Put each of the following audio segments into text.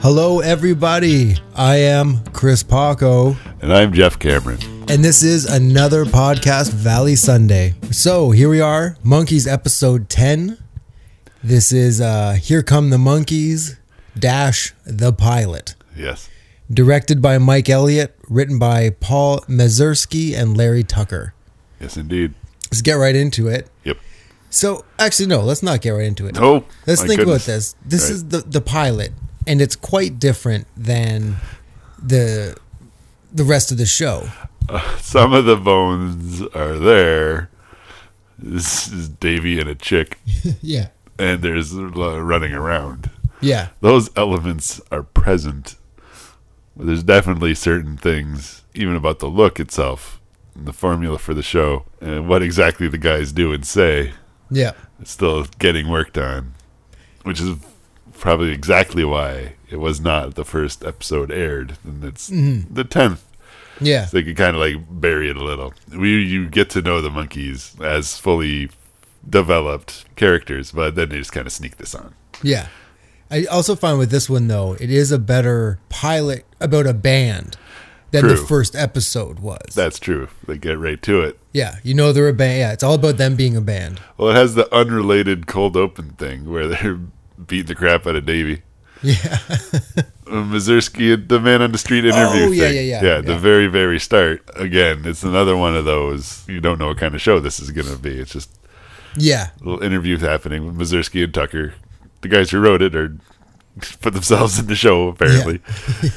Hello, everybody. I am Chris Paco, And I'm Jeff Cameron. and this is another podcast, Valley Sunday. So here we are, Monkeys episode 10. This is uh, Here Come the Monkeys Dash the Pilot, Yes. directed by Mike Elliott, written by Paul Mazursky and Larry Tucker. Yes, indeed. Let's get right into it. Yep. So, actually, no, let's not get right into it. Oh, Let's my think goodness. about this. This Right. is the the pilot, and it's quite different than the the rest of the show. Some of the bones are there. This is Davy and a chick, Yeah, and there's uh, running around. yeah, Those elements are present. But there's definitely certain things, even about the look itself, and the formula for the show, and what exactly the guys do and say, yeah, is still getting worked on, which is probably exactly why it was not the first episode aired, and it's the tenth. yeah, So they could kind of like bury it a little. We you get to know the monkeys as fully developed characters, but then they just kind of sneak this on. yeah. I also find with this one though, it is a better pilot about a band than the True. first episode was. That's true. They get right to it. yeah, you know they're a band. Yeah, it's all about them being a band. Well, it has the unrelated cold open thing where they're beating the crap out of Davy. Um, Yeah, Mazursky, the man on the street interview. Oh, yeah, thing. yeah, yeah, Yeah, the yeah. very, very start. Again, it's another one of those. You don't know what kind of show this is going to be. It's just yeah, little interviews happening with Mazursky and Tucker. The guys who wrote it are put themselves in the show apparently.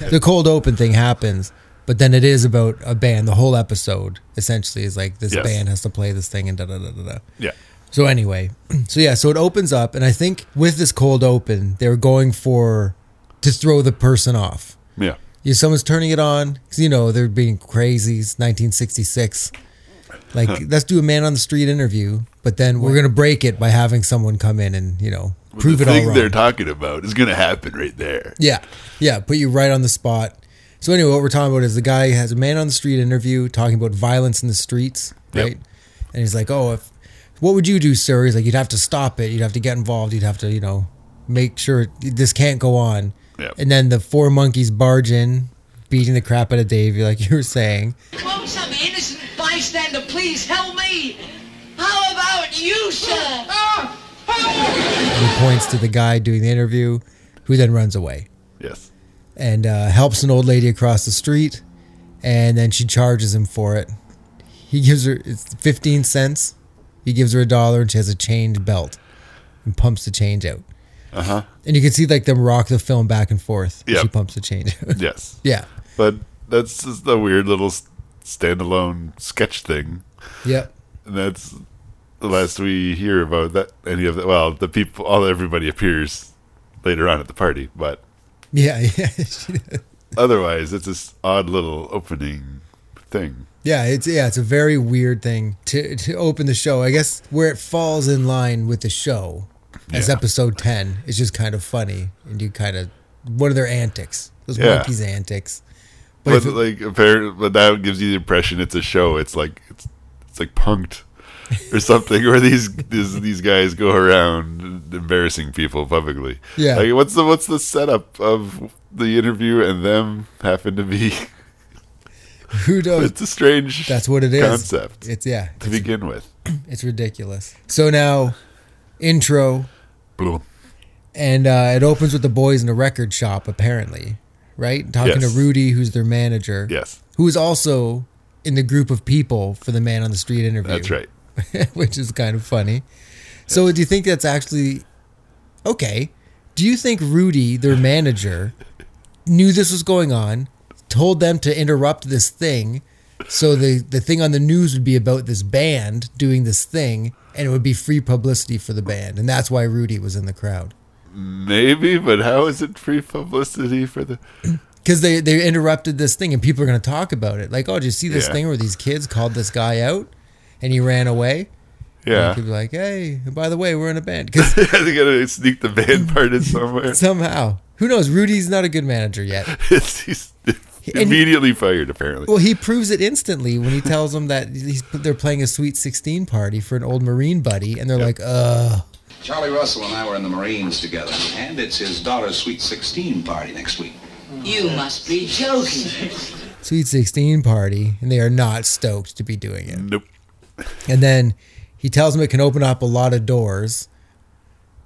the cold open thing happens, but then it is about a band. The whole episode essentially is like this Yes. band has to play this thing and da da da da da. Yeah. So anyway, so yeah, so it opens up, and I think with this cold open, they're going for to throw the person off. Yeah. You, someone's turning it on 'cause, you know they're being crazy. It's 1966. Like let's do a man on the street interview, but then we're gonna break it by having someone come in and you know prove the it all thing wrong. they're talking about is going to happen right there. Yeah, yeah, put you right on the spot. So anyway, what we're talking about is the guy has a man on the street interview talking about violence in the streets, Yep. right? And he's like, "Oh, if what would you do, sir?" He's like, "You'd have to stop it. You'd have to get involved. You'd have to, you know, make sure this can't go on." Yep. And then the four monkeys barge in, beating the crap out of Davey, like you were saying. Won't some innocent bystander please help me? How about you, sir? He points to the guy doing the interview, who then runs away. Yes. and uh, helps an old lady across the street, and then she charges him for it. He gives her it's fifteen cents. He gives her a dollar, and she has a change belt, and pumps the change out. Uh huh. Uh-huh. And you can see like them rock the film back and forth. as Yep. She pumps the change out. Yes. yeah. But that's just a weird little s- standalone sketch thing. Yep. And that's the last we hear about that any of the well, the people all everybody appears later on at the party, but Yeah. Yeah. She does. otherwise it's this odd little opening thing. Yeah, it's yeah, it's a very weird thing to to open the show. I guess where it falls in line with the show as Yeah. episode ten is just kind of funny, and you kind of one of their antics, those Yeah. monkeys' antics. But, But, if it- like apparent but that gives you the impression it's a show. It's like it's it's like punked or something where these these these guys go around embarrassing people publicly. Yeah. Like what's the what's the setup of the interview and them happen to be who knows? it's a strange That's what it is. concept It's yeah, to begin with. it's ridiculous. So now, intro, Blue. and uh, it opens with the boys in a record shop, apparently, right? Talking Yes. to Rudy, who's their manager. Yes. who is also in the group of people for the man on the street interview. That's right. which is kind of funny. So, do you think that's actually okay? Do you think Rudy, their manager, knew this was going on, told them to interrupt this thing, so the the thing on the news would be about this band doing this thing, and it would be free publicity for the band, and that's why Rudy was in the crowd Maybe, but how is it free publicity for the because they they interrupted this thing, and people are going to talk about it. Like, oh, did you see this Yeah. thing where these kids called this guy out, and he ran away? Yeah. People are like, hey, by the way, we're in a band because I think I gotta sneak the band part in somewhere. somehow. Who knows? Rudy's not a good manager yet. He's immediately fired, apparently. Well, he proves it instantly when he tells them that he's, they're playing a Sweet 16 party for an old Marine buddy, and they're like, "Uh, Charlie Russell and I were in the Marines together, and it's his daughter's Sweet 16 party next week. You must be joking. Sweet 16 party, and they are not stoked to be doing it. Nope. And then he tells him it can open up a lot of doors.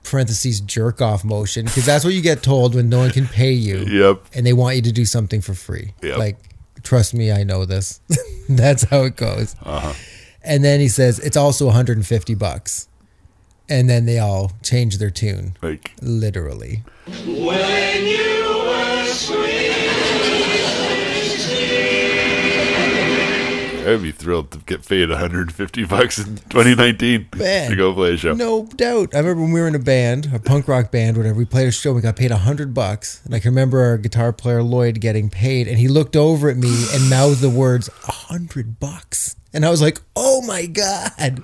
Parentheses jerk off motion because that's what you get told when no one can pay you. Yep. And they want you to do something for free. Yep. Like, trust me, I know this. that's how it goes. Uh-huh. And then he says it's also 150 bucks. And then they all change their tune, Like literally. I'd be thrilled to get paid 150 bucks in 2019 Man. to go play a show. No doubt. I remember when we were in a band, a punk rock band, whatever. We played a show. We got paid a hundred bucks, and I can remember our guitar player Lloyd getting paid, and he looked over at me and mouthed the words "a hundred bucks," and I was like, "Oh my god!"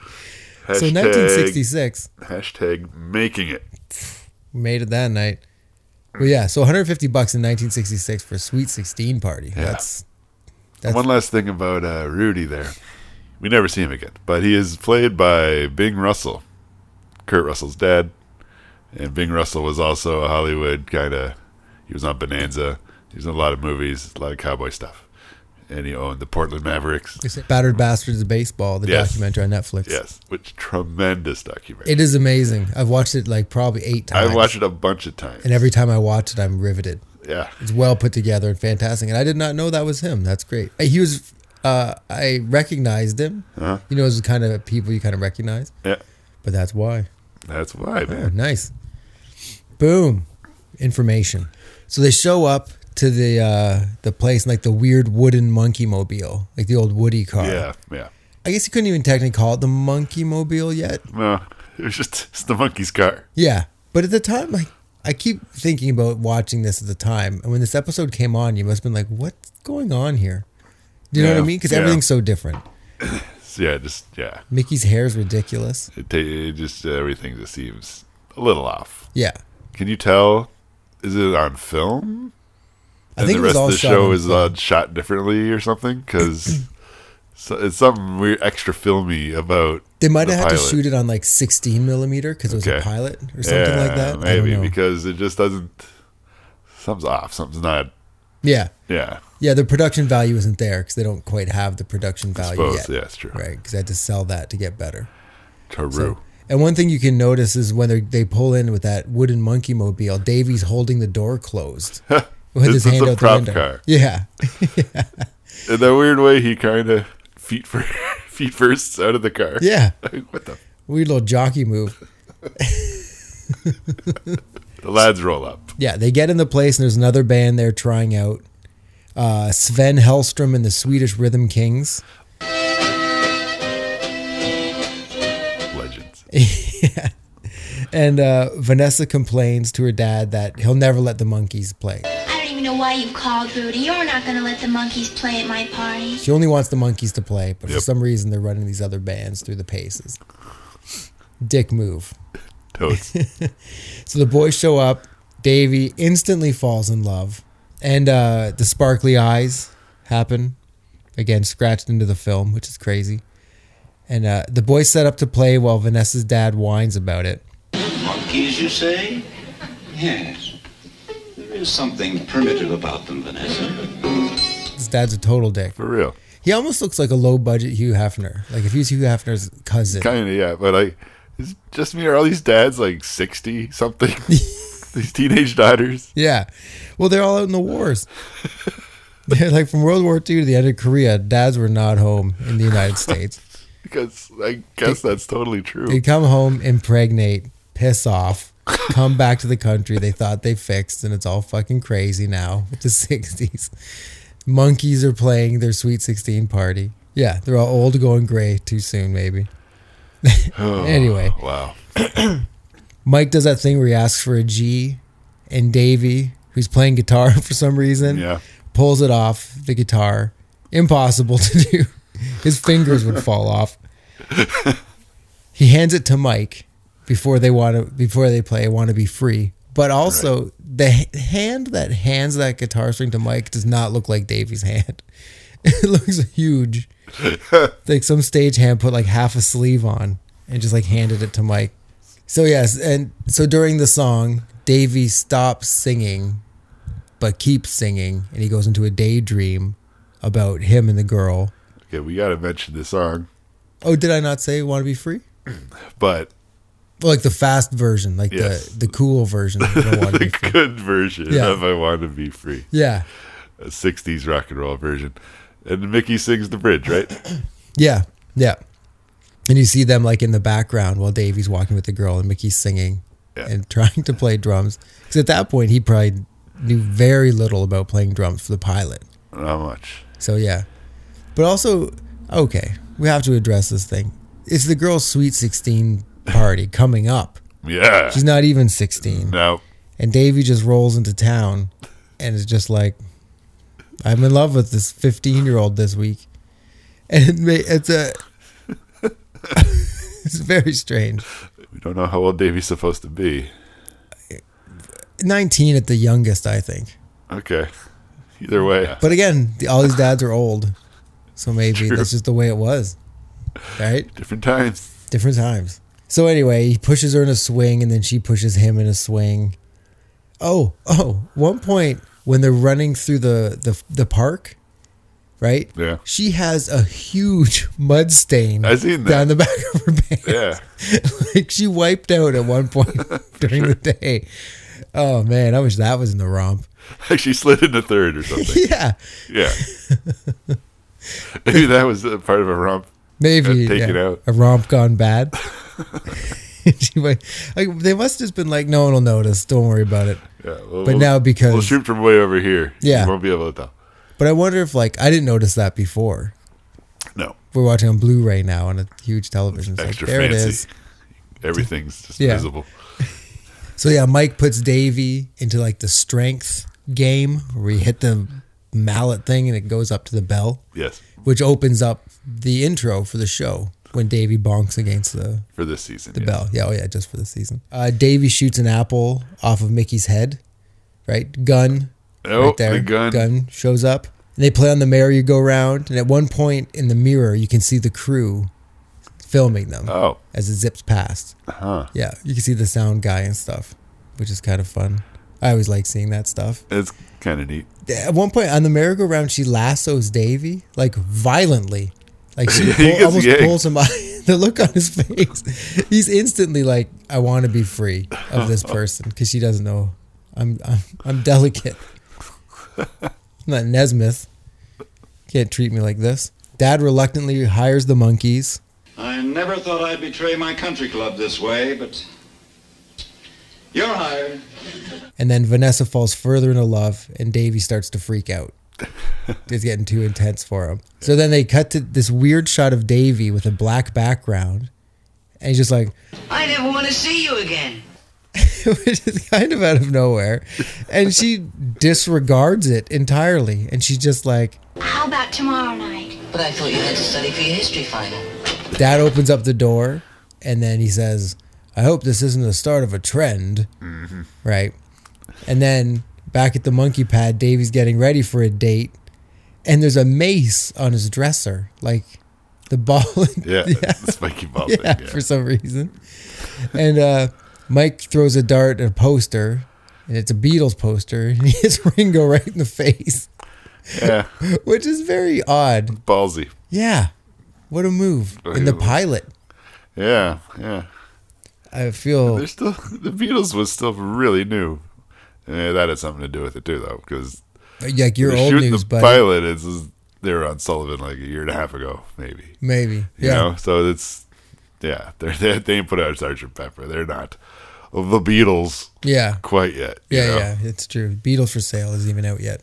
So Hashtag- 1966, Hashtag making it. we made it that night. But yeah, so 150 bucks in 1966 for a Sweet 16 party. That's That's- One last thing about uh, Rudy there. We never see him again, but he is played by Bing Russell, Kurt Russell's dad. And Bing Russell was also a Hollywood kind of. He was on Bonanza. He was in a lot of movies, a lot of cowboy stuff. And he owned the Portland Mavericks. Battered Bastards of Baseball, the Yes. documentary on Netflix. Yes, which tremendous documentary. It is amazing. I've watched it like probably eight times. I've watched it a bunch of times. and every time I watch it, I'm riveted. yeah. It's well put together and fantastic. And I did not know that was him. That's great. He was, uh, I recognized him. Uh-huh. You know, those kind of people you kind of recognize, Yeah. but that's why. That's why, Oh, man. nice. Boom. Information. So they show up to the uh, the place in like the weird wooden monkey mobile, like the old Woody car. Yeah. Yeah. I guess you couldn't even technically call it the monkey mobile yet. No, it was just it's the monkey's car. Yeah. But at the time, like, I keep thinking about watching this at the time. And when this episode came on, you must have been like, what's going on here? Do you know Yeah, what I mean? Because yeah. everything's so different. So, yeah, just yeah. Mickey's hair is ridiculous. It, ta- it just uh, everything just seems a little off. Yeah. Can you tell? Is it on film? I think the it was rest all of the shot show on is uh, shot differently or something because so, it's something weird, extra filmy about. They might the have had to pilot. shoot it on like 16 millimeter because it was a Okay. pilot or something like Yeah, that. I don't Maybe know. because it just doesn't. Something's off. Something's not. yeah. Yeah, Yeah. The production value isn't there because they don't quite have the production I value suppose. yet. Yeah, it's true. Right. Because they had to sell that to get better. True. And one thing you can notice is when they they pull in with that wooden monkey mobile, Davy's holding the door closed with This his is hand a out the prop window. car. Yeah, In that weird way, he kind of feet first, feet first out of the car. yeah, Like, what the? weird little jockey move. The lads roll up. Yeah, they get in the place and there's another band there trying out. Uh, Sven Hellstrom and the Swedish Rhythm Kings. Legends. And uh, Vanessa complains to her dad that he'll never let the monkeys play. I don't even know why you called, Rudy. You're not gonna let the monkeys play at my party. She only wants the monkeys to play, but for Yep. some reason they're running these other bands through the paces. Dick move. Totes. So the boys show up. Davy instantly falls in love, and uh, the sparkly eyes happen again, scratched into the film, which is crazy. And uh, the boys set up to play while Vanessa's dad whines about it. Monkeys, you say? Yes. There is something primitive about them, Vanessa. His dad's a total dick. For real. He almost looks like a low budget Hugh Hefner. Like if he's Hugh Hefner's cousin, Kind of, yeah. But I, it's just me. Are all these dads like 60 something? these teenage daughters? Yeah. Well, they're all out in the wars. they're like from World War II to the end of Korea, dads were not home in the United States. Because I guess that's totally true. They'd come home, impregnate, piss off, come back to the country they thought they fixed, and it's all fucking crazy now with the 60s. Monkeys are playing their Sweet 16 party. Yeah, they're all old, going gray too soon, maybe. anyway, Oh, Wow. Mike does that thing where he asks for a G, and Davey, who's playing guitar for some reason, Yeah. pulls it off the guitar. Impossible to do. His fingers would fall off. He hands it to Mike before they want to before they play want to be free. But also the h- hand that hands that guitar string to Mike does not look like Davey's hand. It looks huge. like some stage hand put like half a sleeve on and just like handed it to Mike. So yes, and so during the song, Davy stops singing, but keeps singing, and he goes into a daydream about him and the girl. Okay, we got to mention this song, Oh, did I not say "Want to Be Free"? but Like the fast version, like Yes. the the cool version. Of I want to be the free. good version Yeah. of I Want to Be Free, Yeah, a 60s rock and roll version. And Mickey sings the bridge, right? yeah, yeah. And you see them like in the background while Davy's walking with the girl and Mickey's singing Yeah. and trying to play drums. Because at that point, he probably knew very little about playing drums for the pilot. Not much. So yeah, but also okay, we have to address this thing. It's the girl's sweet sixteen party coming up. Yeah. She's not even sixteen, No. and Davy just rolls into town, and is just like, "I'm in love with this fifteen-year-old this week," and it ma- it's a. It's very strange. We don't know how old Davy's supposed to be. 19 at the youngest, I think. Okay. Either way. But again, the, all these dads are old. So maybe that's just the way it was. Right? Different times. different times. So anyway, he pushes her in a swing, and then she pushes him in a swing. Oh, oh! One point when they're running through the the, the park, right? Yeah. She has a huge mud stain I seen that. down the back of her pants. Yeah. like she wiped out at one point during the day. Oh man, I wish that was in the romp. Like she slid into third or something. Yeah, Yeah. Maybe that was a part of a romp. maybe Uh, take yeah, it out. a romp gone bad. she might, like they must have just been like, no one will notice. Don't worry about it. Yeah, well, But we'll- now because- we'll shoot from way over here. Yeah. you won't be able to tell. But I wonder if like I didn't notice that before. No, We're watching on Blu-ray now on a huge television. It's like, extra there fancy. it is. Everything's just Yeah. visible. So yeah, Mike puts Davy into like the strength game where he hit the mallet thing and it goes up to the bell, Yes, which opens up the intro for the show when Davy bonks against the, for this season. the yeah. bell. Yeah, oh yeah, just for the season. Uh, Davy shoots an apple off of Mickey's head, right? Gun Oh, right there. the gun. shows up. And they play on the merry-go-round, and at one point in the mirror, you can see the crew filming them Oh, as it zips past. huh. Yeah, you can see the sound guy and stuff, which is kind of fun. I always like seeing that stuff. It's kind of neat. At one point on the merry-go-round, she lassos Davy like violently, like she He pull- gets almost yanked. pulls him out. the look on his face, he's instantly like, "I want to be free of this person," because she doesn't know I'm I'm, I'm delicate. I'm not Nesmith. Can't treat me like this. Dad reluctantly hires the monkeys. I never thought I'd betray my country club this way, but you're hired. And then Vanessa falls further into love, and Davey starts to freak out. it's getting too intense for him. So then they cut to this weird shot of Davey with a black background, and he's just like, I never want to see you again. which is kind of out of nowhere. And she disregards it entirely, and she's just like, How about tomorrow night? But I thought you had to study for your history final. Dad opens up the door, and then he says, "I hope this isn't the start of a trend." Right, and then back at the monkey pad, Davy's getting ready for a date, and there's a mace on his dresser, like the ball. Yeah, the spiky ball yeah, thing. Yeah. for some reason. And uh, Mike throws a dart at a poster, and it's a Beatles poster, and he hits Ringo right in the face, yeah, which is very odd. ballsy. Yeah, what a move in the Unbelievable. pilot. Yeah, yeah. I feel They're still the Beatles was still really new. Yeah, that had something to do with it too, though, because like you're they're old shooting news, the but pilot is is- they were on Sullivan like a year and a half ago, maybe. maybe. You Yeah, know, so it's yeah, they're, they they ain't put out Sergeant Pepper. They're not the Beatles yeah, quite yet. you yeah, know? yeah. It's true. Beatles for sale isn't even out yet,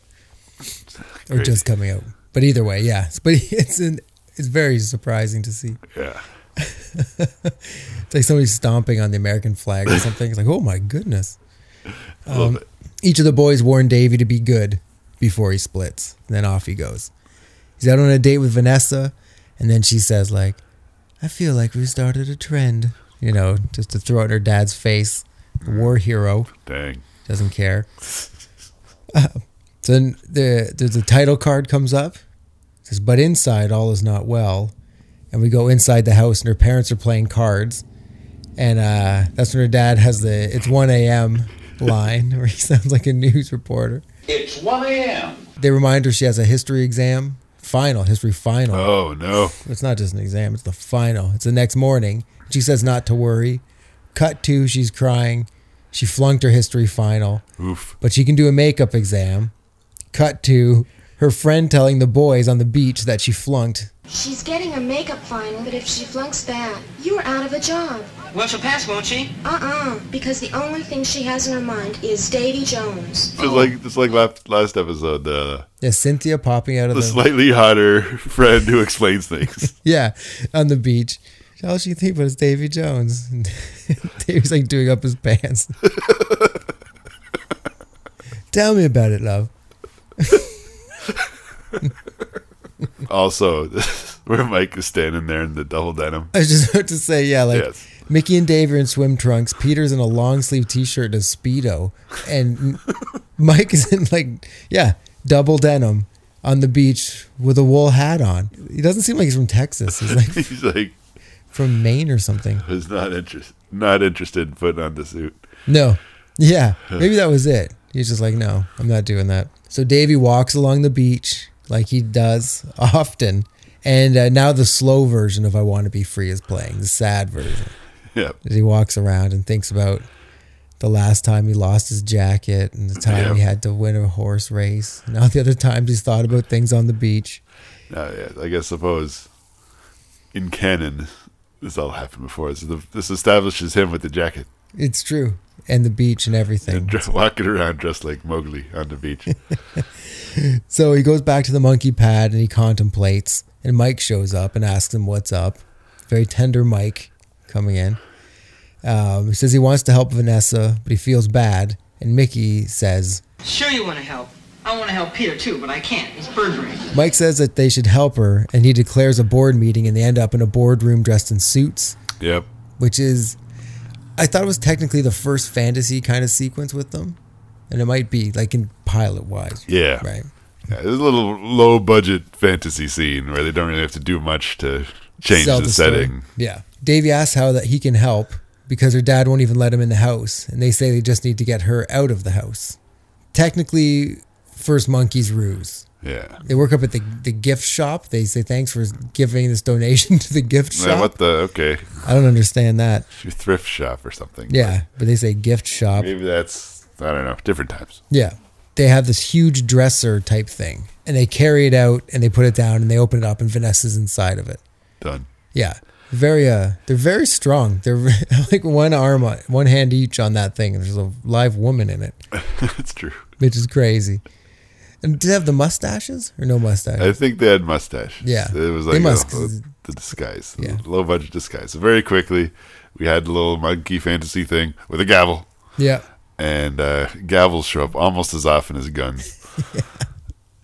or Crazy. just coming out. But either way, yeah. But it's an, it's very surprising to see. yeah. It's like somebody stomping on the American flag or something. It's like, oh my goodness. Um, A little bit. Each of the boys warn Davy to be good before he splits. And then off he goes. He's out on a date with Vanessa, and then she says, like, I feel like we started a trend. You know, just to throw it in her dad's face. The war hero Dang. doesn't care. so then the, the the title card comes up. It says, "But inside all is not well," and we go inside the house, and her parents are playing cards. and uh, that's when her dad has the "It's 1 a.m." line where he sounds like a news reporter. It's 1 a.m. They remind her she has a history exam, final history final. Oh no. It's not just an exam; it's the final. It's the next morning. She says not to worry. Cut to she's crying. She flunked her history final, Oof. but she can do a makeup exam. Cut to her friend telling the boys on the beach that she flunked. She's getting her makeup final, but if she flunks that, you're out of a job. Well, she'll pass, won't she? Uh-uh, because the only thing she has in her mind is Davy Jones. Oh. Just like just like last last episode, the Yeah, Cynthia popping out of the the, slightly hotter friend who explains things. yeah on the beach. All she thinks was Davy Jones. And Davy's like doing up his pants. Tell me about it, love. also, where Mike is standing there in the double denim. I was just about to say, yeah, like Yes. Mickey and Dave are in swim trunks. Peter's in a long sleeve t shirt and a Speedo. And Mike is in, like, yeah, double denim on the beach with a wool hat on. He doesn't seem like he's from Texas. He's like He's like from Maine or something. was not interested not interested in putting on the suit. No. Yeah. Maybe that was it. He's just like, no, I'm not doing that. So Davey walks along the beach like he does often. And uh, now the slow version of I Want to Be Free is playing, the sad version. Yeah. As he walks around and thinks about the last time he lost his jacket and the time Yeah. he had to win a horse race and all the other times he's thought about things on the beach. No, oh, yeah. I guess suppose in canon this all happened before. This, is the, this establishes him with the jacket It's true. And the beach and everything. and dr- walking around dressed like Mowgli on the beach. So he goes back to the monkey pad and he contemplates. And Mike shows up and asks him what's up. Very tender Mike coming in. Um, he says he wants to help Vanessa, but he feels bad. And Mickey says, Sure, you want to help. I want to help Peter too, but I can't. It's burglary. Mike says that they should help her. And he declares a board meeting and they end up in a boardroom dressed in suits, yep. which is, I thought it was technically the first fantasy kind of sequence with them. And it might be like in pilot wise. Yeah. Right. Yeah, there's a little low budget fantasy scene where they don't really have to do much to change sell the, story. setting. Yeah. Davey asks how that he can help because her dad won't even let him in the house, and they say they just need to get her out of the house. Technically, first monkey's ruse. Yeah. They work up at the, the gift shop. They say thanks for giving this donation to the gift Man, shop. what the okay. I don't understand that. It's your thrift shop or something. Yeah, but they say gift shop. Maybe that's I don't know, different times. Yeah. They have this huge dresser type thing, and they carry it out and they put it down and they open it up, and Vanessa's inside of it. Done. Yeah. Very uh they're very strong. They're like one arm on one hand each on that thing. There's a live woman in it, that's true. which is crazy. And did they have the mustaches or no mustache? I think they had mustache. Yeah. It was They like must, a- 'cause- the disguise. Yeah. Low budget disguise. So very quickly we had the little monkey fantasy thing with a gavel. yeah. And uh, gavels show up almost as often as guns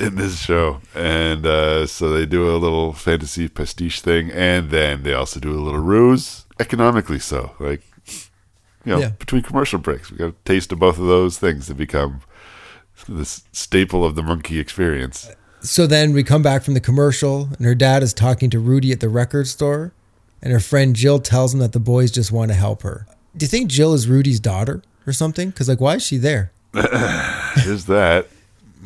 in this show. And uh, so they do a little fantasy pastiche thing and then they also do a little ruse economically so. Like you know, Yeah. between commercial breaks. We got a taste of both of those things that become this staple of the monkey experience. So then we come back from the commercial and her dad is talking to Rudy at the record store and her friend Jill tells him that the boys just want to help her. Do you think Jill is Rudy's daughter or something? Cuz like why is she there? There's that.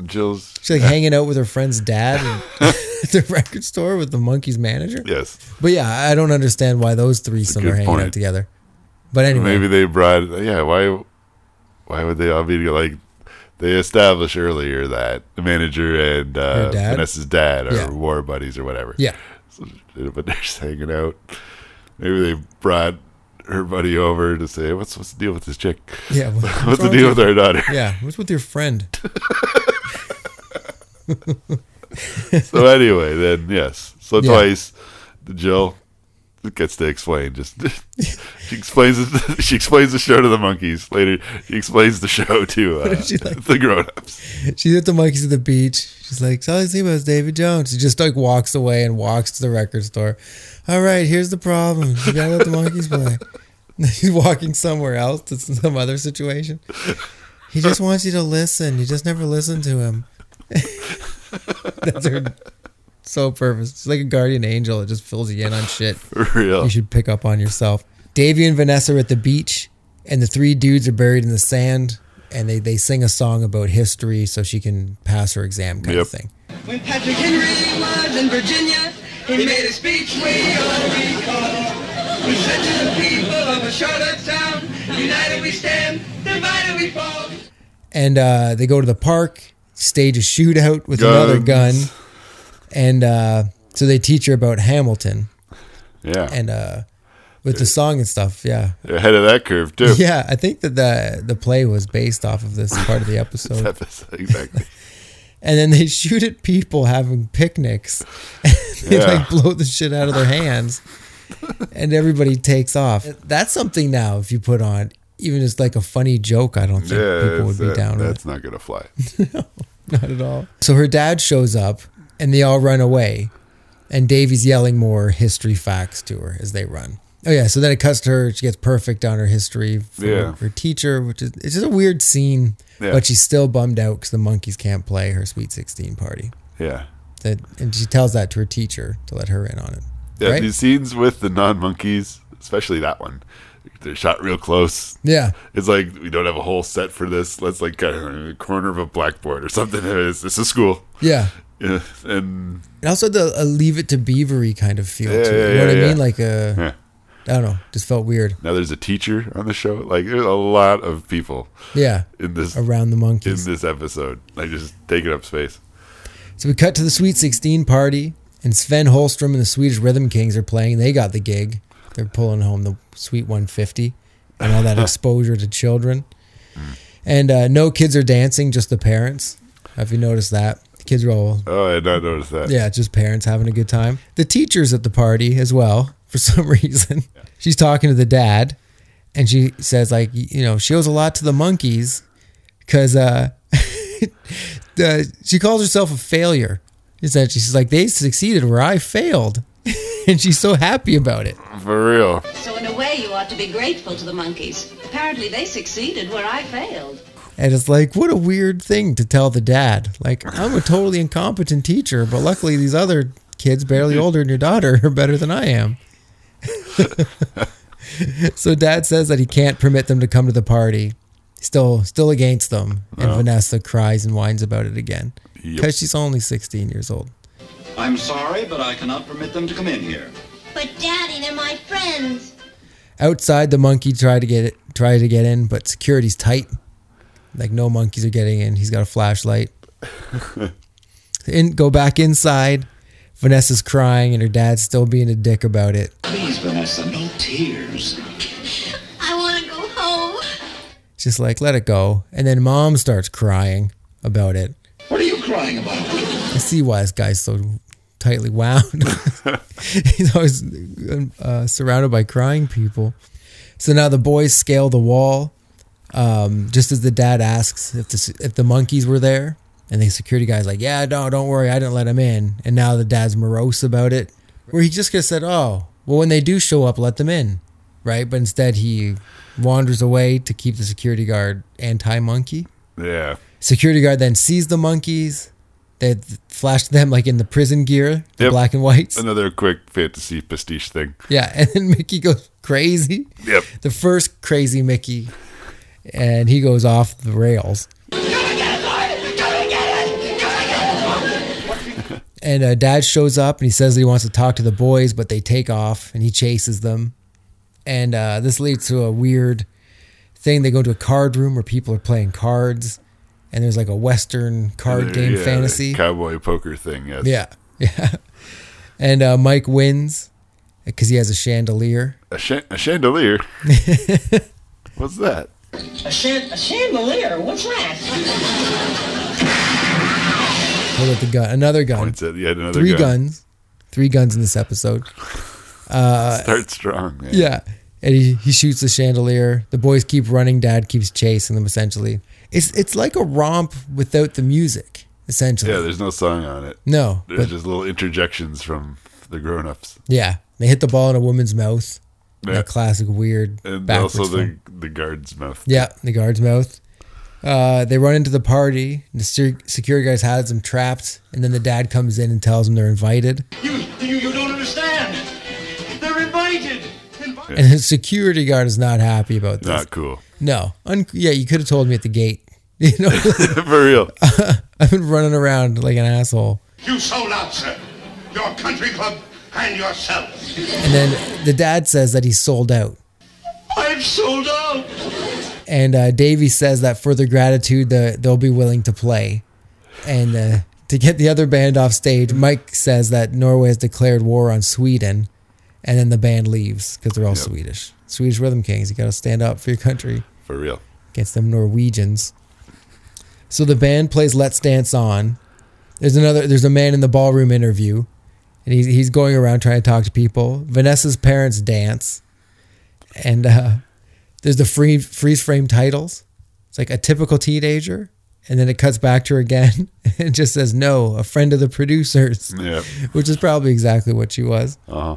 Jill's She's like hanging out with her friend's dad and at the record store with the monkey's manager. yes. But yeah, I don't understand why those threesome good are hanging point. out together. But anyway, Maybe they brought. Yeah. Why? Why would they all be like? They established earlier that the manager and uh, Her dad? Vanessa's dad are Yeah. war buddies or whatever. yeah, So, but they're just hanging out. Maybe they brought her buddy over to say, "What's what's the deal with this chick? yeah. what- What's the wrong deal with with our daughter?" your- Yeah, what's with your friend? So anyway, then yes. So Yeah. twice, Jill gets to explain. Just she explains. it- She explains the show to the monkeys. Later, she explains the show to uh, is she like? the grown-ups. She's at the monkeys at the beach. She's like, "So all I see about is David Jones." She just like walks away and walks to the record store. All right, here's the problem. You gotta let the monkeys play. He's walking somewhere else to some other situation. He just wants you to listen. You just never listen to him. That's her sole purpose. She's like a guardian angel. It just fills you in on shit. For real. you should pick up on yourself. Davy and Vanessa are at the beach, and the three dudes are buried in the sand, and they, they sing a song about history so she can pass her exam kind Yep. of thing. When Patrick Henry was in Virginia, he made a speech we all recall. He said to the people of Charlottetown, united we stand, divided we fall. And uh, they go to the park, stage a shootout with another gun, Guns. and uh, so they teach her about Hamilton Yeah. and uh, with the song and stuff. Yeah, They're ahead of that curve, too. yeah. I think that the the play was based off of this part of the episode. exactly. and then they shoot at people having picnics. And they Yeah. like blow the shit out of their hands, and everybody takes off. That's something now. If you put on even just like a funny joke, I don't think Yeah, people would it's- be that- down with that's not going to fly. not at all. So her dad shows up, and they all run away, and Davy's yelling more history facts to her as they run. Oh yeah, so then it cuts to her. She gets perfect on her history for Yeah. her teacher, which is it's just a weird scene. Yeah. But she's still bummed out because the monkeys can't play her Sweet Sixteen party. Yeah. That and she tells that to her teacher to let her in on it. Yeah, right? these scenes with the non monkeys, especially that one, they're shot real close. yeah. It's like we don't have a whole set for this. Let's like cut a corner of a blackboard or something. This this is school, Yeah. Yeah, and And also the a leave it to beavery kind of feel Yeah, to it. You yeah, know what yeah, I mean? yeah. Like a, Yeah. I don't know, just felt weird. now there's a teacher on the show. Like there's a lot of people Yeah. in this in Around the monkeys. this episode. Like just taking up space. So we cut to the Sweet 16 party, and Sven Holstrom and the Swedish Rhythm Kings are playing. They got the gig. They're pulling home the Sweet 150 and all that exposure to children. And uh, no kids are dancing, just the parents. Have you noticed that? The kids are all, Oh, I had not noticed that. yeah, just parents having a good time. The teacher's at the party as well, for some reason. She's talking to the dad, and she says, like, y- you know, she owes a lot to the monkeys because uh, uh, she calls herself a failure. Is that she's like they succeeded where I failed, and she's so happy about it. For real. So in a way, you ought to be grateful to the monkeys. Apparently, they succeeded where I failed. And it's like what a weird thing to tell the dad. Like I'm a totally incompetent teacher, but luckily these other kids, barely older than your daughter, are better than I am. so dad says that he can't permit them to come to the party. Still, still against them, and Vanessa cries and whines about it again because Yep. she's only 16 years old. I'm sorry, but I cannot permit them to come in here. But Daddy, they're my friends. outside the monkey tried to get it tried to get in but security's tight like no monkeys are getting in he's got a flashlight in, go back inside vanessa's crying and her dad's still being a dick about it Please, Vanessa, no tears. I want to go home. just like let it go and then mom starts crying about it What are you crying about? i see why this guy's so tightly wound he's always uh, surrounded by crying people so now the boys scale the wall um, just as the dad asks if the if the monkeys were there, and the security guy's like, "Yeah, no, don't worry, I didn't let him in." And now the dad's morose about it, where he just could have said, "Oh, well, when they do show up, let them in," right? But instead, he wanders away to keep the security guard anti-monkey. Yeah. Security guard then sees the monkeys. They flash them like in the prison gear, the Yep. black and whites. Another quick fantasy pastiche thing. Yeah, and then Mickey goes crazy. Yep. The first crazy Mickey, and he goes off the rails. And uh, Dad shows up and he says that he wants to talk to the boys, but they take off and he chases them. And uh, this leads to a weird thing. They go to a card room where people are playing cards, and there's like a Western card Another- game Uh, yeah, fantasy. Cowboy poker thing. Yes. Yeah, yeah. And uh, Mike wins because he has a chandelier. A, shan a chandelier. What's that? A, chan- a chandelier? What's that? Hold up the gun. Another gun. Points at yet another Three gun. guns. Three guns in this episode. Start strong, man. Yeah. And he, he shoots the chandelier. The boys keep running. Dad keeps chasing them, essentially. It's it's like a romp without the music, essentially. Yeah, there's no song on it. no. There's But, just little interjections from the grown ups. yeah. They hit the ball in a woman's mouth. Yeah. That classic weird And backwards also thing. the the guard's mouth. Yeah, the guard's mouth. Uh, they run into the party. The se- security guys has them trapped, and then the dad comes in and tells them they're invited. You, you, you don't understand. They're invited. Invited. And the security guard is not happy about this. Not cool. no. Un- yeah, you could have told me at the gate. You know, For real. I've been running around like an asshole. You sold out, sir. Your country club and yourself. And then the dad says that he's sold out. I'm sold out. And uh, Davey says that for their gratitude, the, they'll be willing to play. And uh, to get the other band off stage, Mike says that Norway has declared war on Sweden. And then the band leaves because they're all Swedish. Swedish Rhythm Kings. You got to stand up for your country For real. against them Norwegians. So the band plays Let's Dance On. There's another there's a man in the ballroom interview and he's he's going around trying to talk to people. Vanessa's parents dance. And uh there's the free freeze frame titles. It's like a typical teenager. And then it cuts back to her again and just says, No, a friend of the producers, Yeah. which is probably exactly what she was. Uh huh.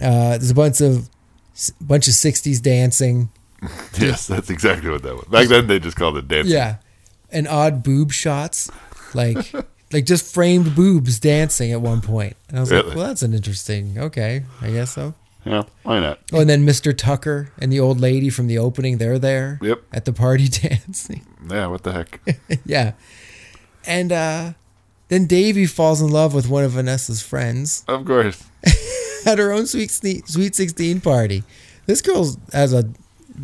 Uh, there's a bunch of bunch of 60s dancing. Yes, that's exactly what that was. Back then, they just called it dancing. Yeah, and odd boob shots, like like just framed boobs dancing at one point. And I was like, Really? well, that's an interesting. Okay, I guess so. Yeah, why not? Oh, and then Mr. Tucker and the old lady from the opening, they're there Yep. at the party dancing. Yeah, what the heck? yeah. And uh, then Davy falls in love with one of Vanessa's friends of course. at her own sweet Sne- sweet sixteen party. This girl has a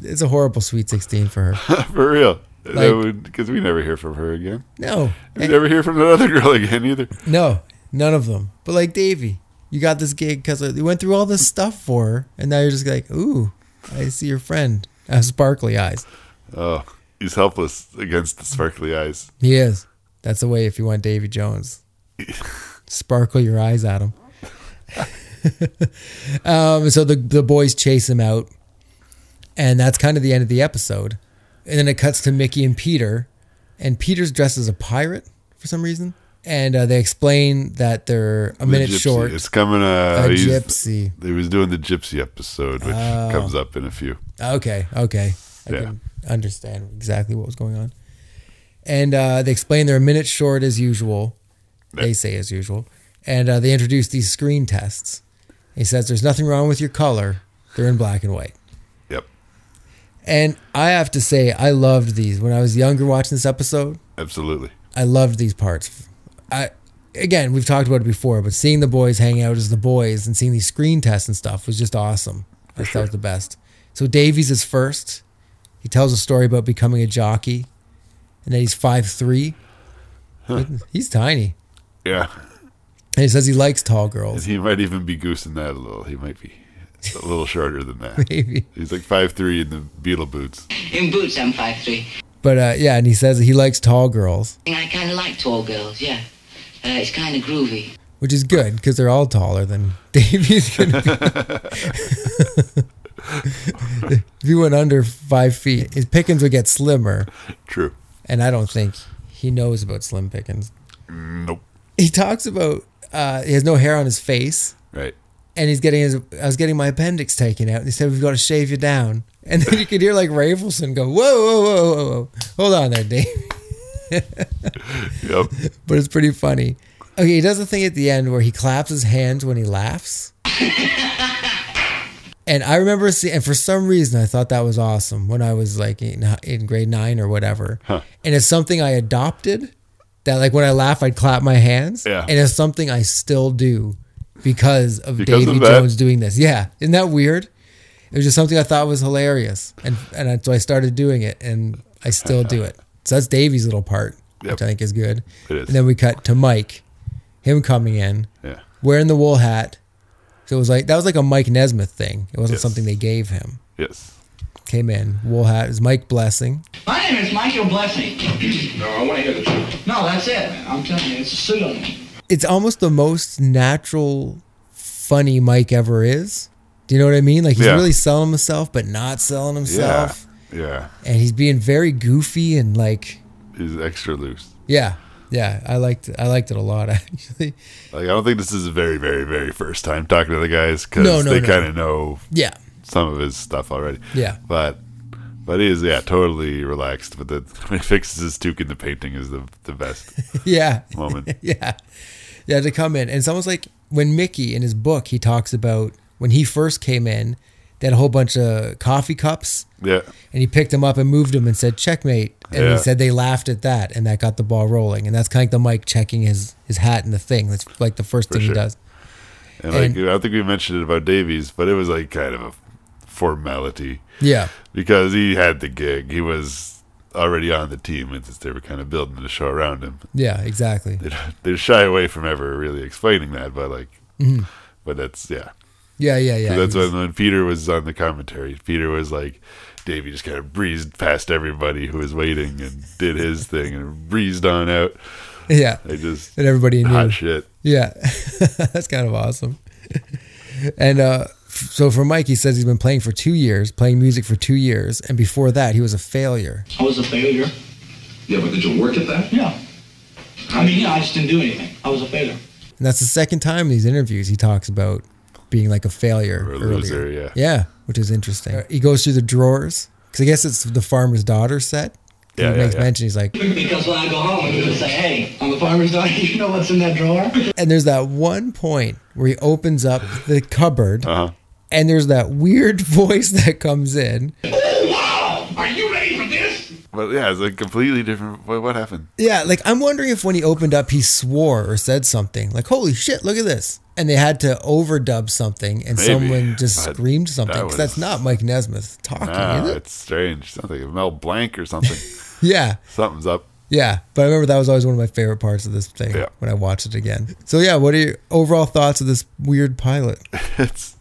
it's a horrible sweet sixteen for her. For real. Like- Eh. Because we never hear from her again. No, We never hear from that other girl again either. No, none of them. But like Davey, you got this gig because you went through all this stuff for her, and now you're just like, ooh, I see your friend. I have sparkly eyes. Oh, he's helpless against the sparkly eyes. He is. That's the way if you want Davy Jones. Sparkle your eyes at him. um, so the the boys chase him out, and that's kind of the end of the episode. And then it cuts to Mickey and Peter, and Peter's dressed as a pirate for some reason, and uh, they explain that they're a The minute gypsy. short. It's coming. Uh, A he's- gypsy. Oh. He was doing the gypsy episode, which comes up in a few. Okay, okay. I Yeah. can understand exactly what was going on. And uh, they explain they're a minute short as usual. They say as usual. And uh, they introduce these screen tests. He says, There's nothing wrong with your color. They're in black and white. Yep. And I have to say, I loved these. When I was younger watching this episode, Absolutely. I loved these parts. I Again, we've talked about it before, but seeing the boys hang out as the boys and seeing these screen tests and stuff was just awesome. I thought that was the best. So Davies is first. He tells a story about becoming a jockey, and that he's five three. He's tiny, Yeah. and he says he likes tall And girls. he might even be goosing that a little. He might be a little shorter than that. Maybe. He's like five three in the beetle boots. In boots, I'm five three. But uh, yeah, and he says that he likes tall girls, I kind of like tall girls. Yeah, uh, it's kind of groovy. which is good because they're all taller than Davies. Gonna be. if he went under five feet, his pickings would get slimmer. True. and I don't think he knows about Slim Pickens. Nope. He talks about uh, he has no hair on his face, Right. and he's getting his. I was getting my appendix taken out. And he said we've got to shave you down, and then you could hear like Ravelson go, "Whoa, whoa, whoa, whoa, whoa, hold on there, Dave." Yep. But it's pretty funny. Okay, he does a thing at the end where he claps his hands when he laughs. And I remember seeing, and for some reason, I thought that was awesome when I was like in, in grade nine or whatever. And it's something I adopted that, like, when I laugh, I'd clap my hands. Yeah. And it's something I still do because of Because of Davy that? Jones doing this. Yeah. Isn't that weird? It was just something I thought was hilarious. And, and I, so I started doing it, and I still do it. So that's Davy's little part, Yep. which I think is good. It is. And then we cut to Mike, him coming in, yeah. wearing the wool hat. So it was like that was like a Mike Nesmith thing. It wasn't Yes. something they gave him. Yes. Came in, wool hat is Mike Blessing. My name is Michael Blessing. No, I want to hear the truth. No, that's it. I'm telling you, it's a pseudonym. It's almost the most natural, funny Mike ever is. Do you know what I mean? Like he's Yeah. really selling himself, but not selling Yeah. himself. Yeah. And he's being very goofy and like, He's extra loose. yeah, yeah. I liked I liked it a lot actually. Like I don't think this is the very, very, very first time talking to the guys because No, no, they no. kind of know Yeah, some of his stuff already. Yeah. But but he is yeah totally relaxed. But the when he fixes his toque in the painting is the the best yeah. moment. yeah. Yeah, to come in. And it's almost like when Mickey in his book he talks about when he first came in, They had a whole bunch of coffee cups, Yeah. and he picked them up and moved them and said checkmate. And Yeah. he said they laughed at that, and that got the ball rolling. And that's kind of like the Mike checking his his hat and the thing. That's like the first thing sure. he does. And like And- I don't think we mentioned it about Davies, but it was like kind of a formality Yeah, because he had the gig. He was already on the team, and they were kind of building the show around him. yeah, exactly. They they shy away from ever really explaining that, but like, but that's yeah. Yeah, Mm-hmm. yeah, yeah. That's He was- when, when Peter was on the commentary. Peter was like, Davey just kind of breezed past everybody who was waiting and did his thing and breezed on out. yeah, They just that everybody knew. hot shit. Yeah, that's kind of awesome. And uh, f- so for Mike, he says he's been playing for two years, playing music for two years, and before that, he was a failure. I was a failure. Yeah, but did you work at that? Yeah. I mean, yeah, I just didn't do anything. I was a failure. And that's the second time in these interviews he talks about being like a failure Or a earlier. loser, yeah. yeah, which is interesting. He goes through the drawers because I guess it's the farmer's daughter set. Yeah, he yeah, makes yeah. mention. He's like, Because when I go home, I'm going to say, hey, on the farmer's dog, you know what's in that drawer? and there's that one point where he opens up the cupboard, Uh huh. and there's that weird voice that comes in. Wow! Are you ready for this? But yeah, it's a completely different. What, what happened? Yeah, like I'm wondering if when he opened up, he swore or said something like, "Holy shit, look at this!" And they had to overdub something, and Maybe, someone just but screamed something that 'cause was- that's not Mike Nesmith talking, Ah, is it? it's strange. Sounds like Mel Blanc or something. Yeah, Something's up. yeah. But I remember that was always one of my favorite parts of this thing Yeah. when I watched it again. So yeah, what are your overall thoughts of this weird pilot? It's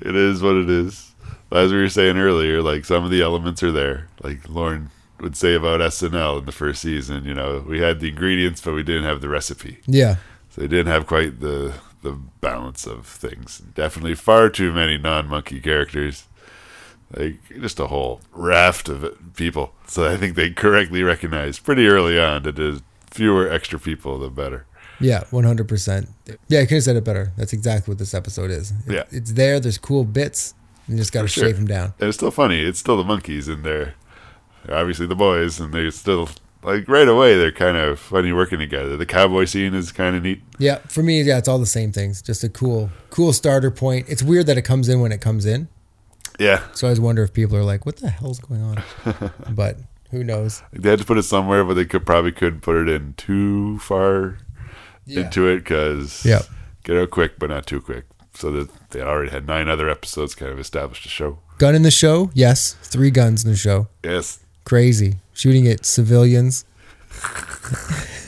it is what it is. As we were saying earlier, like some of the elements are there. Like Lauren would say about SNL in the first season, you know, we had the ingredients, but we didn't have the recipe. Yeah, So they didn't have quite the the balance of things. Definitely far too many non monkey characters. Like just a whole raft of people. So I think they correctly recognized pretty early on that the fewer extra people the better. yeah, 100. percent Yeah, I could have said it better. That's exactly what this episode is. It- Yeah. it's there. There's cool bits. You just got to sure. shave them down. And it's still funny. It's still the monkeys in there. They're obviously the boys and they're still like right away they're kind of funny working together. The cowboy scene is kind of neat. Yeah, for me, yeah, it's all the same things. Just a cool, cool starter point. It's weird that it comes in when it comes in. Yeah. So I always wonder if people are like, "What the hell's going on?" but who knows? They had to put it somewhere, but they could probably couldn't put it in too far Yeah. into it because Yep. get out quick, but not too quick. So that they already had nine other episodes kind of established a show. Gun in the show? Yes, three guns in the show. Yes, Crazy shooting at civilians.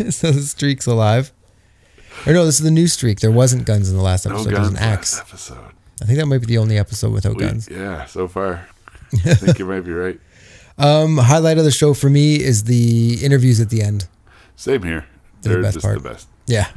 so the streak's alive. Or no, this is the new streak. There wasn't guns in the last no episode. There was guns. an Last axe. episode. I think that might be the only episode without We- guns. yeah, so far, I think you might be right. Um, highlight of the show for me is the interviews at the end. Same here. They're They're the best just part. the best. Yeah.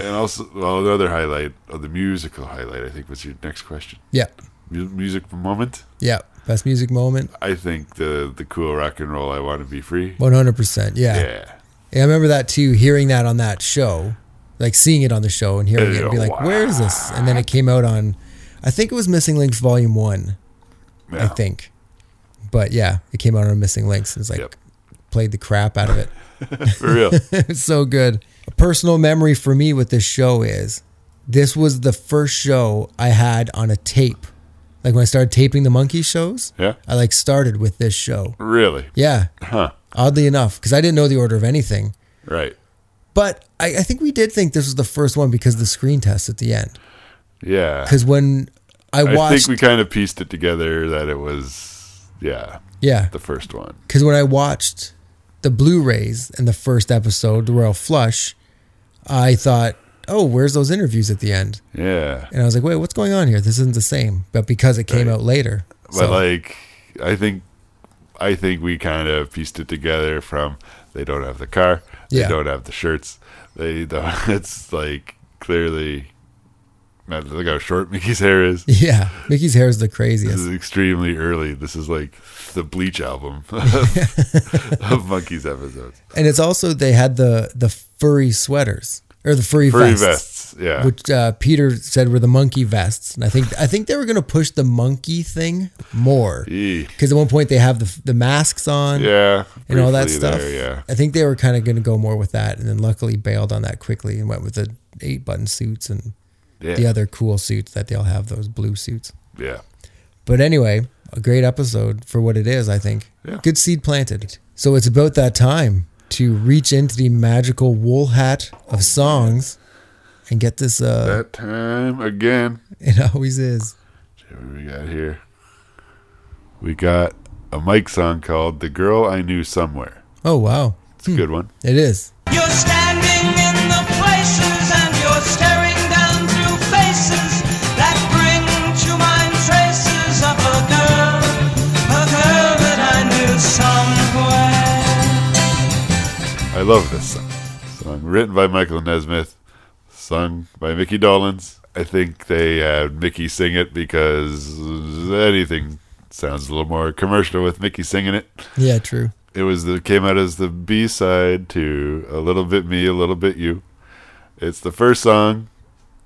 And also, well, another highlight of the musical highlight, I think, was your next question. Yeah. Mu- music moment. Yeah. Best music moment. I think the the cool rock and roll. I want to be free. One hundred percent. Yeah. Yeah. Yeah, I remember that too. Hearing that on that show, like seeing it on the show and hearing it, and be like, "Where is this?" And then it came out on, I think it was Missing Links Volume One. I Yeah. think, but yeah, it came out on Missing Links. and It's like Yep. played the crap out of it. For real. it was so good. A personal memory for me with this show is this was the first show I had on a tape. Like when I started taping the monkey shows, Yeah. I like started with this show. really. Yeah, Huh. oddly enough, because I didn't know the order of anything. Right. But I, I think we did think this was the first one because of the screen test at the end. Yeah. Because when I I watched, think we kind of pieced it together that it was yeah yeah, the first one. because when I watched the Blu-rays and the first episode, the Royal Flush, I thought, oh, where's those interviews at the end? Yeah. And I was like, wait, what's going on here? This isn't the same. But because it came Right. out later, But like I think I think we kind of pieced it together from they don't have the car, they Yeah. don't have the shirts, they don't it's like clearly man, look how short Mickey's hair is. yeah, Mickey's hair is the This craziest. is extremely early. This is like the Bleach album of, of Monkey's episodes. And it's also they had the the furry sweaters or the furry, Furry vests. vests, yeah. Which uh, Peter said were the monkey vests, and I think I think they were going to push the monkey thing more Eee. because at one point they have the the masks on, Yeah. and all that briefly stuff. there, yeah. I think they were kind of going to go more with that, and then luckily bailed on that quickly and went with the eight button suits and Yeah. the other cool suits that they all have those blue suits. Yeah. But anyway, a great episode for what it is, I think. Yeah. Good seed planted. So it's about that time to reach into the magical wool hat of songs and get this uh That time again. it always is. What do we got here? We got a Mike song called The Girl I Knew Somewhere. Oh wow. It's a good one. It is. You're standing in the places and you're staring down through faces that bring to mind traces of a girl, a girl that I knew somewhere. I love this song. Song written by Michael Nesmith, sung by Mickey Dolenz. I think they had Mickey sing it because anything sounds a little more commercial with Mickey singing it. Yeah, true. It was the came out as the B side to "A Little Bit Me, A Little Bit You." It's the first song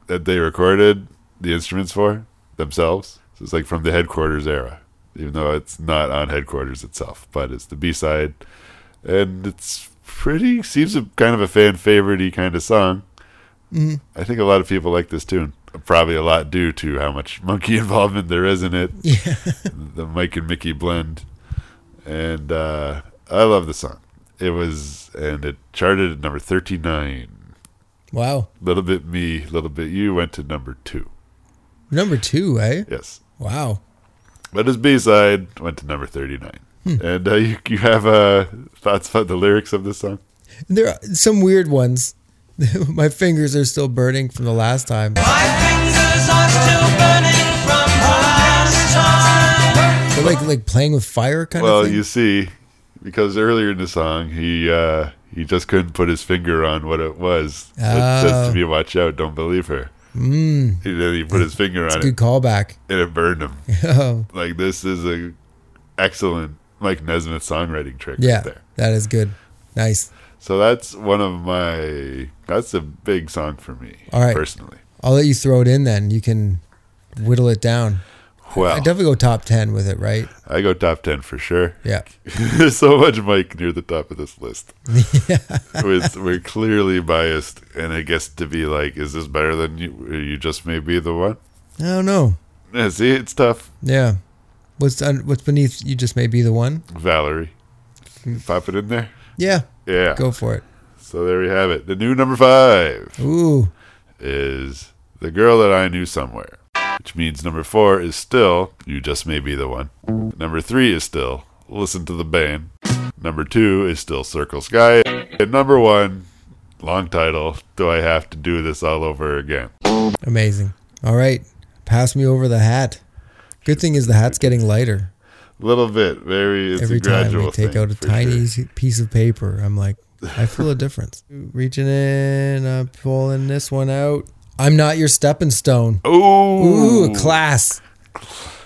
that they recorded the instruments for themselves. So it's like from the headquarters era, even though it's not on headquarters itself, but it's the B side, and it's pretty seems a kind of a fan favorite kind of song. I think a lot of people like this tune. Probably a lot due to how much monkey involvement there is in it. Yeah. the Mike and Mickey blend and uh, I love the song. It was and it charted at number thirty nine. Wow. Little bit me, little bit you went to number two. Number two, eh? Yes, Wow. but his B side went to number thirty nine. Hmm. And uh, you you have uh, thoughts about the lyrics of this song? There are some weird ones. My fingers are still burning from the last time. My fingers are still burning from the last time. They're like like playing with fire kind Well, of thing. you see, because earlier in the song he uh, he just couldn't put his finger on what it was. It says Oh. Hmm. to me, "Watch out! Don't believe her." Mm. He, then he put his finger on it, Good callback. and it burned him. Oh, like this is a excellent Mike Nesmith songwriting trick yeah. right there. That is good. Nice. So that's one of my that's a big song for me All right. personally. I'll let you throw it in then. You can whittle it down. Well, I definitely go top 10 with it, right? I go top 10 for sure. Yeah. There's so much Mike near the top of this list. With, we're clearly biased and I guess to be like is this better than you you just may be the one? I don't know. Yeah, see, it's tough. Yeah. What's un- what's beneath you just may be the one? Valerie. Pop it in there. Yeah. Yeah. Go for it. So there we have it. The new number 5. Ooh. is The Girl That I Knew Somewhere, which means number four is still You Just May Be the One. Number three is still Listen to the Band. Number two is still Circle Sky. And number one, long title, Do I Have to Do This All Over Again? Amazing. All right. Pass me over the hat. Good thing is the hat's getting lighter. Little bit, very, it's Every a time we gradual take thing, out a for tiny sure. s- piece of paper, I'm like, I feel a difference. Reaching in, I'm pulling this one out. I'm not your stepping stone. Ooh, Oh, a class.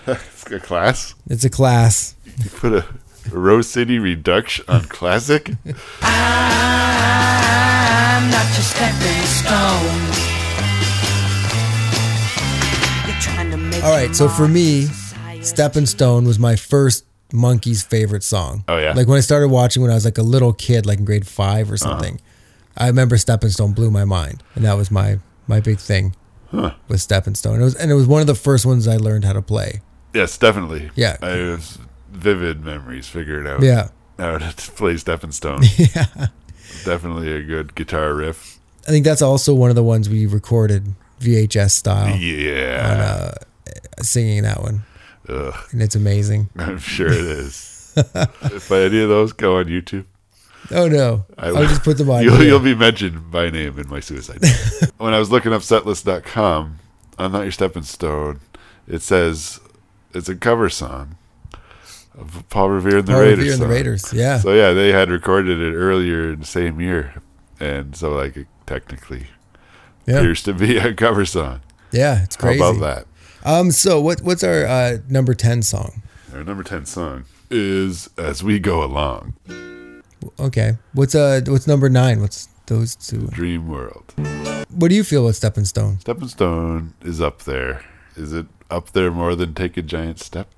a class. It's a class. You put a Rose City Redux on classic. I'm not your stepping stone. You're trying to make All right, so for me, society. Stepping Stone was my first monkey's favorite song. Oh, yeah? Like when I started watching when I was like a little kid, like in grade five or something. Uh-huh. I remember Stepping Stone blew my mind, and that was my my big thing with Stepping Stone. It was, and it was one of the first ones I learned how to play. yes, definitely. Yeah. I have vivid memories figuring out. Yeah, how to play Stepping Stone. yeah. Definitely a good guitar riff. I think that's also one of the ones we recorded VHS style, Yeah. singing that one, Ugh, and it's amazing. I'm sure it is. if any of those go on YouTube, Oh no, I will just put them on. You'll, here. you'll be mentioned by name in my suicide. note. when I was looking up setlist.com, I'm Not Your Stepping Stone, it says it's a cover song of Paul Revere and the Paul Raiders. Revere and the song. Raiders, yeah. So, yeah, they had recorded it earlier in the same year. And so, like, it technically yeah, appears to be a cover song. yeah, it's crazy. How about that? Um, so what what's our uh, number ten song? Our number 10 song is As We Go Along, Okay. What's uh what's number nine? What's those two? Dream World. What do you feel with Stepping Stone? Stepping Stone is up there. Is it up there more than Take a Giant Step?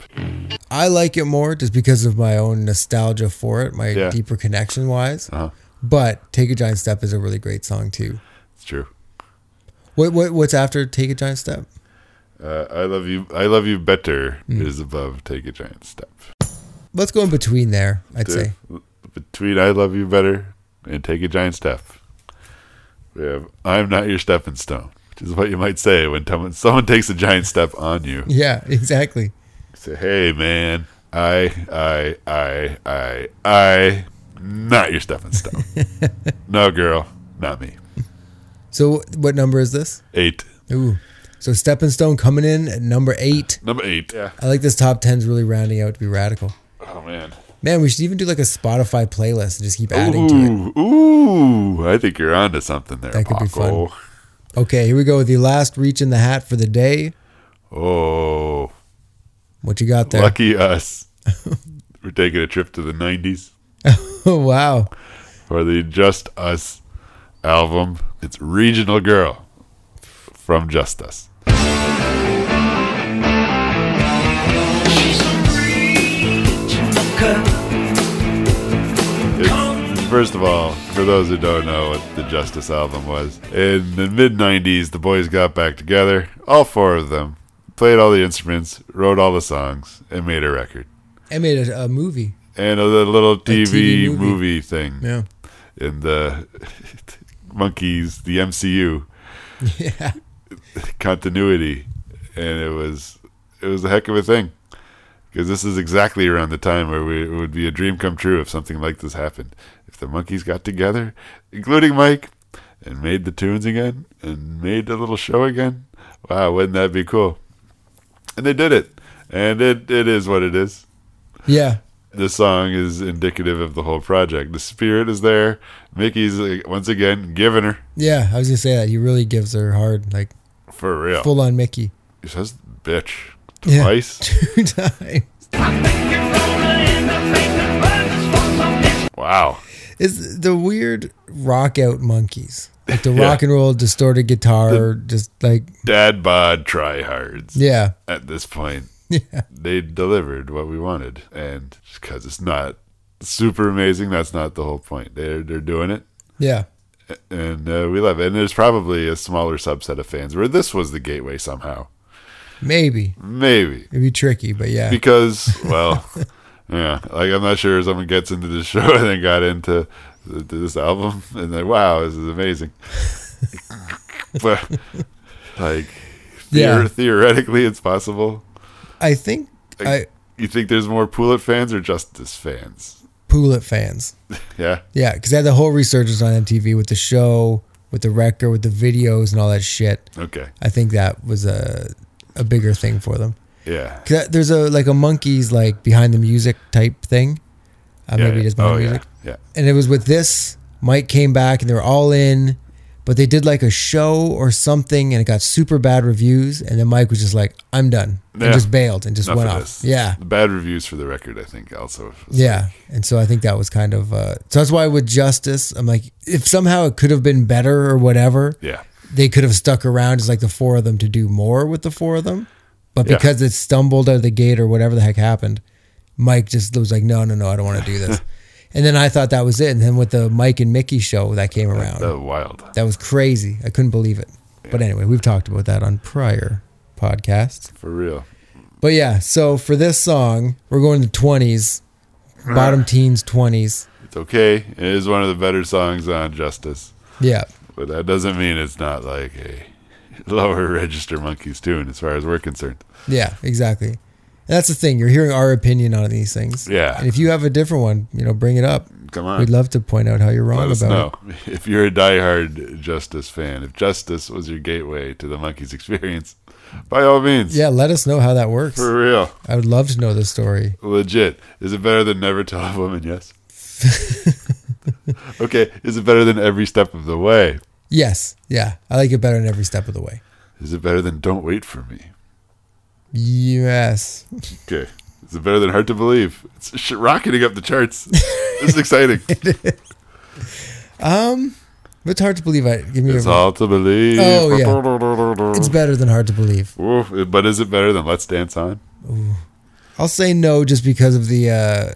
I like it more just because of my own nostalgia for it, my Yeah. deeper connection wise. Uh-huh. But Take a Giant Step is a really great song too. It's true. What what what's after Take a Giant Step? Uh, I love you. I love you better is above. Take a giant step. Let's go in between there, I'd To- say. Between I love you better and take a giant step. We have I'm not your stepping stone, which is what you might say when someone someone takes a giant step on you. Yeah, exactly. Say, hey man, I I I I I not your stepping stone. no girl, not me. So, what number is this? Eight. Ooh. So, Stepping Stone coming in at number eight. Number eight. Yeah. I like this top 10's really rounding out to be radical. Oh man. Man, we should even do like a Spotify playlist and just keep adding to it. Ooh, ooh! I think you're onto something there, That could be Paco. Okay, here we go with the last reach in the hat for the day. Oh, What you got there? lucky us! We're taking a trip to the '90s. Oh, wow. for the Just Us album. It's Regional Girl from Just Us. It's- First of all, for those who don't know what the Justice album was, in the mid 90s, the boys got back together, all four of them, played all the instruments, wrote all the songs, and made a record. I made a, a movie. And a little TV, TV movie. movie. thing Yeah. in the monkeys, the MCU Yeah. continuity, and it was it was a heck of a thing because this is exactly around the time where we, it would be a dream come true if something like this happened. If the monkeys got together, including Mike, and made the tunes again and made the little show again, wow, wouldn't that be cool? And they did it, and it it is what it is Yeah. the song is indicative of the whole project. The spirit is there. Mickey's like, once again giving her Yeah. I was going to say that. He really gives her hard, like for real. full on Mickey. He says bitch Yeah. twice. Two times. wow. It's the weird rock out monkeys. Like the Yeah. rock and roll distorted guitar, just like, Dad bod tryhards. yeah. At this point, Yeah. they delivered what we wanted, and because it's not super amazing, that's not the whole point. They're they're doing it. Yeah. And uh, we love it. And there's probably a smaller subset of fans where this was the gateway somehow. Maybe. Maybe. It'd be tricky, but yeah. because well yeah like i'm not sure someone gets into this show and then got into th- this album and then wow this is amazing but like Yeah. theor- theoretically it's possible I think I, Like- you think there's more Poulet fans or Justice fans Poulet fans. yeah Yeah, because they had the whole resurgence on MTV with the show, with the record, with the videos and all that shit. okay I think that was a a bigger thing for them. yeah 'Cause that- there's a like a monkeys like behind the music type thing. Uh, yeah, maybe yeah. it is behind oh, the music. yeah yeah And it was with this. Mike came back and they were all in, but they did like a show or something and it got super bad reviews. And then Mike was just like, "I'm done," Yeah. and just bailed and just Enough went of off. this. Yeah, the bad reviews for the record I think also was Yeah, and so I think that was kind of uh, so that's why with Justice, I'm like, if somehow it could have been better or whatever, yeah they could have stuck around as like the four of them to do more with the four of them, but Yeah. because it stumbled out of the gate or whatever the heck happened, Mike just was like, no, no, no, I don't want to do this, and then I thought that was it, and then with the Mike and Mickey show that came around, that was wild that was crazy. I couldn't believe it. But anyway, we've talked about that on prior podcasts. for real But yeah, so for this song, we're going to twenties, bottom teens, twenties. it's okay it is one of the better songs on Justice Yeah, But that doesn't mean it's not like a lower register monkeys tune as far as we're concerned. yeah, exactly. And that's the thing. You're hearing our opinion on these things. Yeah. And if you have a different one, you know, bring it up. Come on. We'd love to point out how you're wrong Let us about know. If you're a diehard Justice fan, if Justice was your gateway to the monkeys experience, by all means. it. Yeah, let us know how that works. For real. I would love to know the story. Legit. Is it better than Never Tell a Woman Yes? okay. Is it better than Every Step of the Way? Yes. Yeah. I like it better in every step of the way. Is it better than Don't Wait for Me? Yes. Okay. Is it better than Hard to Believe? It's sh- rocketing up the charts. this is exciting. It's hard to believe I give me It's a, all to believe. Oh, yeah. It's better than hard to believe. Oof, but is it better than Let's Dance On? I'll say no just because of the uh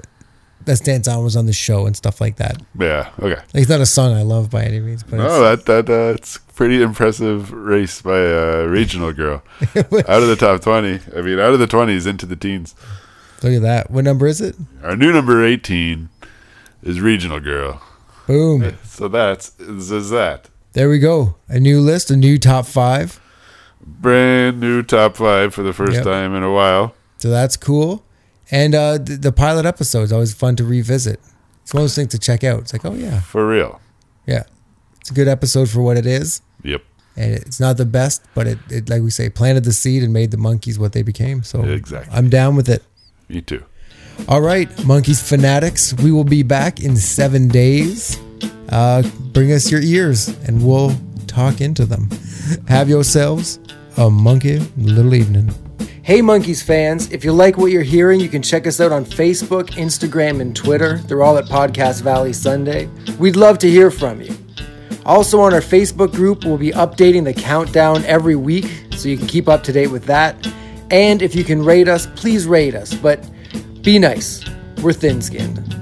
that's dance on was on the show and stuff like that. Yeah. Okay. Like, it's not a song I love by any means, but No, it's, that that that's pretty impressive race by a regional girl. out of the top twenty, I mean, out of the twenties into the teens. look at that. What number is it? Our new number eighteen is regional girl. Boom. So that's is that There we go. A new list, a new top five. brand new top five for the first Yep. time in a while. So that's cool. And uh, the, the pilot episode is always fun to revisit. It's one of those things to check out. It's like, oh, yeah. For real. Yeah. It's a good episode for what it is. Yep. And it's not the best, but it, it like we say, planted the seed and made the monkeys what they became. So Exactly. I'm down with it. Me too. All right, monkeys fanatics, we will be back in seven days. Uh, bring us your ears and we'll talk into them. Have yourselves a monkey little evening. Hey, Monkeys fans, if you like what you're hearing, you can check us out on Facebook, Instagram, and Twitter. They're all at Podcast Valley Sunday. We'd love to hear from you. Also, on our Facebook group, we'll be updating the countdown every week, so you can keep up to date with that. And if you can rate us, please rate us, but be nice. We're thin skinned.